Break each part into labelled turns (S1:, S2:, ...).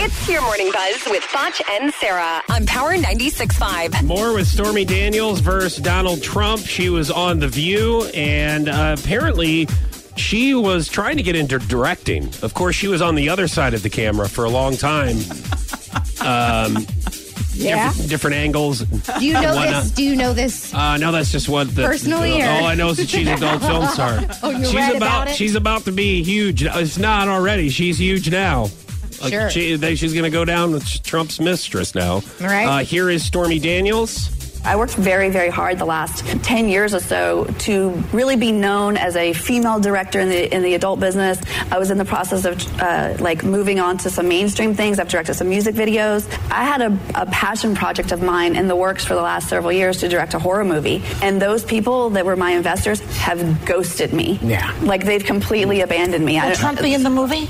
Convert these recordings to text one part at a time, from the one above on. S1: It's your morning buzz with Foch and Sarah on Power 96.5.
S2: More with Stormy Daniels versus Donald Trump. She was on The View, and uh, apparently she was trying to get into directing. Of course, she was on the other side of the camera for a long time.
S3: Yeah.
S2: Different, different angles.
S3: Do you know
S2: Why
S3: this?
S2: not?
S3: Do you know this?
S2: Uh, no, that's just what the
S3: Personally, or-
S2: All I know is that she's an adult film star.
S3: Oh, you
S2: she's
S3: read about it?
S2: She's about to be huge. It's not already. She's huge now. Like,
S3: Sure.
S2: she, they, she's going to go down with Trump's mistress now.
S3: Right.
S2: Uh, here is Stormy Daniels.
S4: I worked very, very hard the last 10 years or so to really be known as a female director in the, in the adult business. I was in the process of uh, like moving on to some mainstream things. I've directed some music videos. I had a, a passion project of mine in the works for the last several years to direct a horror movie. And those people that were my investors have ghosted me.
S5: Yeah.
S4: Like they've completely abandoned me. I
S5: Will
S4: don't-
S5: Trump be in the movie?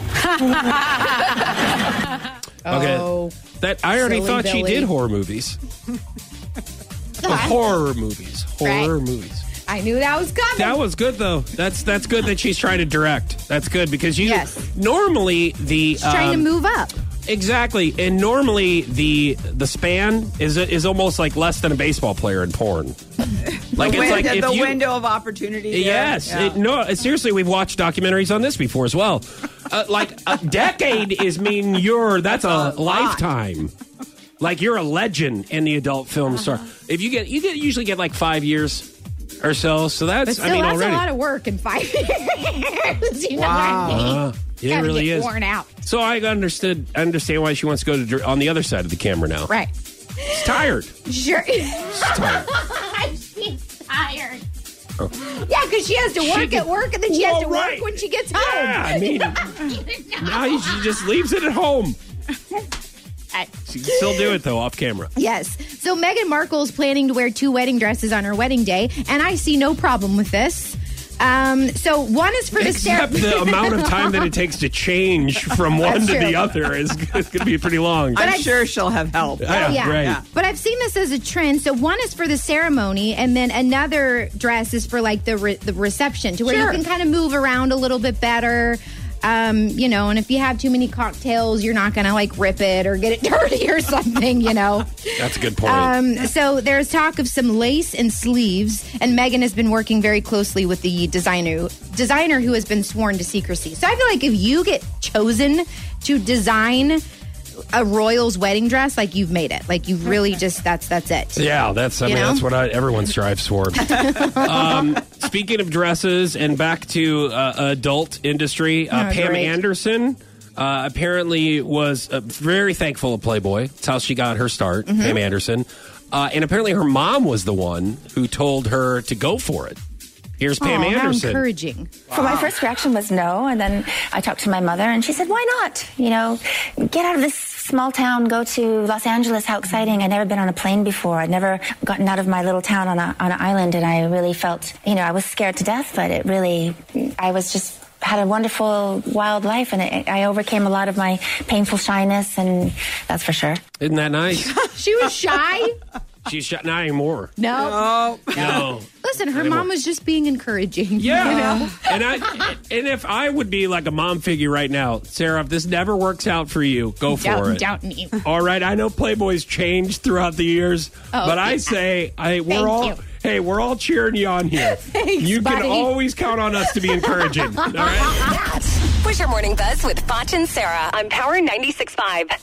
S3: Oh,
S2: That I already
S3: silly
S2: thought she
S3: Billy.
S2: did horror movies.
S3: No, I-
S2: horror movies. Horror
S3: Right.
S2: movies.
S3: I knew that was coming.
S2: That was good though. That's that's good that she's trying to direct. That's good because you
S3: Yes.
S2: normally the
S3: She's trying
S2: um,
S3: to move up.
S2: exactly and normally the the span is is almost like less than a baseball player in porn. Like it's
S6: the win-
S2: like if
S6: the
S2: you,
S6: window of opportunity. there.
S2: Yes.
S6: Yeah.
S2: It- no, seriously, we've watched documentaries on this before as well. Uh, like a decade is mean you're that's a, lifetime. Like you're a legend in the adult film
S3: Uh-huh.
S2: star. If you get you get usually get like 5 years or so. So that's
S3: But still,
S2: I mean
S3: that's
S2: already.
S3: a lot of work in five years. you know what I mean?
S2: Uh-huh. it
S3: Gotta
S2: really
S3: get
S2: is.
S3: worn out.
S2: So I understood I understand why she wants to go to dir- on the other side of the camera now.
S3: Right.
S2: She's tired.
S3: Sure.
S2: She's tired.
S3: She's tired. Yeah, because she has to
S2: She
S3: work
S2: did-
S3: at work and then she
S2: Well,
S3: has to work
S2: right.
S3: when she gets home.
S2: Yeah, I mean, now she just leaves it at home. She can still do it though off camera.
S3: Yes. So Meghan Markle's planning to wear two wedding dresses on her wedding day, and I see no problem with this. Um, so one is for the
S2: Except
S3: ceremony.
S2: the amount of time that it takes to change from one to
S3: That's
S2: the
S3: true.
S2: other is going to be pretty long.
S6: I'm
S3: I-
S6: sure she'll have help.
S2: Oh, Yeah,
S3: Oh, yeah.
S2: right.
S6: Yeah.
S3: But I've seen this as a trend. So one is for the ceremony, and then another dress is for like the re- the reception, to where
S6: Sure.
S3: you can kind of move around a little bit better. Um, you know, and if you have too many cocktails, you're not gonna like rip it or get it dirty or something. You know.
S2: That's a good point.
S3: Um, so there's talk of some lace and sleeves, and Megan has been working very closely with the designer designer who has been sworn to secrecy. So I feel like if you get chosen to design a royal's wedding dress, like you've made it, like you've really just that's that's it.
S2: yeah, that's I
S3: You
S2: mean
S3: know?
S2: that's what I, everyone strives for. um, speaking of dresses and back to uh, adult industry, uh,
S3: Oh,
S2: Pam
S3: great.
S2: Anderson uh, apparently was uh, very thankful of Playboy. It's how she got her start,
S3: Mm-hmm.
S2: Pam Anderson. Uh, and apparently her mom was the one who told her to go for it. Here's Pam
S3: Aw, how
S2: Anderson.
S3: encouraging.
S7: So my first reaction was no, and then I talked to my mother, and she said, "Why not? You know, get out of this small town, go to Los Angeles. How exciting! I'd never been on a plane before. I'd never gotten out of my little town on a on an island, and I really felt, you know, I was scared to death, but it really, I was just." Had a wonderful wild life, and I, I overcame a lot of my painful shyness, and that's for sure.
S2: Isn't that nice?
S3: She was shy.
S2: She's shot not anymore.
S3: No.
S6: Oh,
S2: No.
S3: Listen, her mom was just being encouraging.
S2: Yeah.
S3: You know?
S2: And I and if I would be like a mom figure right now, Sarah, if this never works out for you, go for
S3: Doubt,
S2: it.
S3: doubt me.
S2: All right, I know Playboy's changed throughout the years,
S3: Oh,
S2: but I
S3: yeah.
S2: say, I we're
S3: Thank
S2: all
S3: you.
S2: hey, we're all cheering you on here. you can
S3: buddy.
S2: always count on us to be encouraging. All right.
S1: Push your morning buzz with Foch and Sarah on Power 96.5.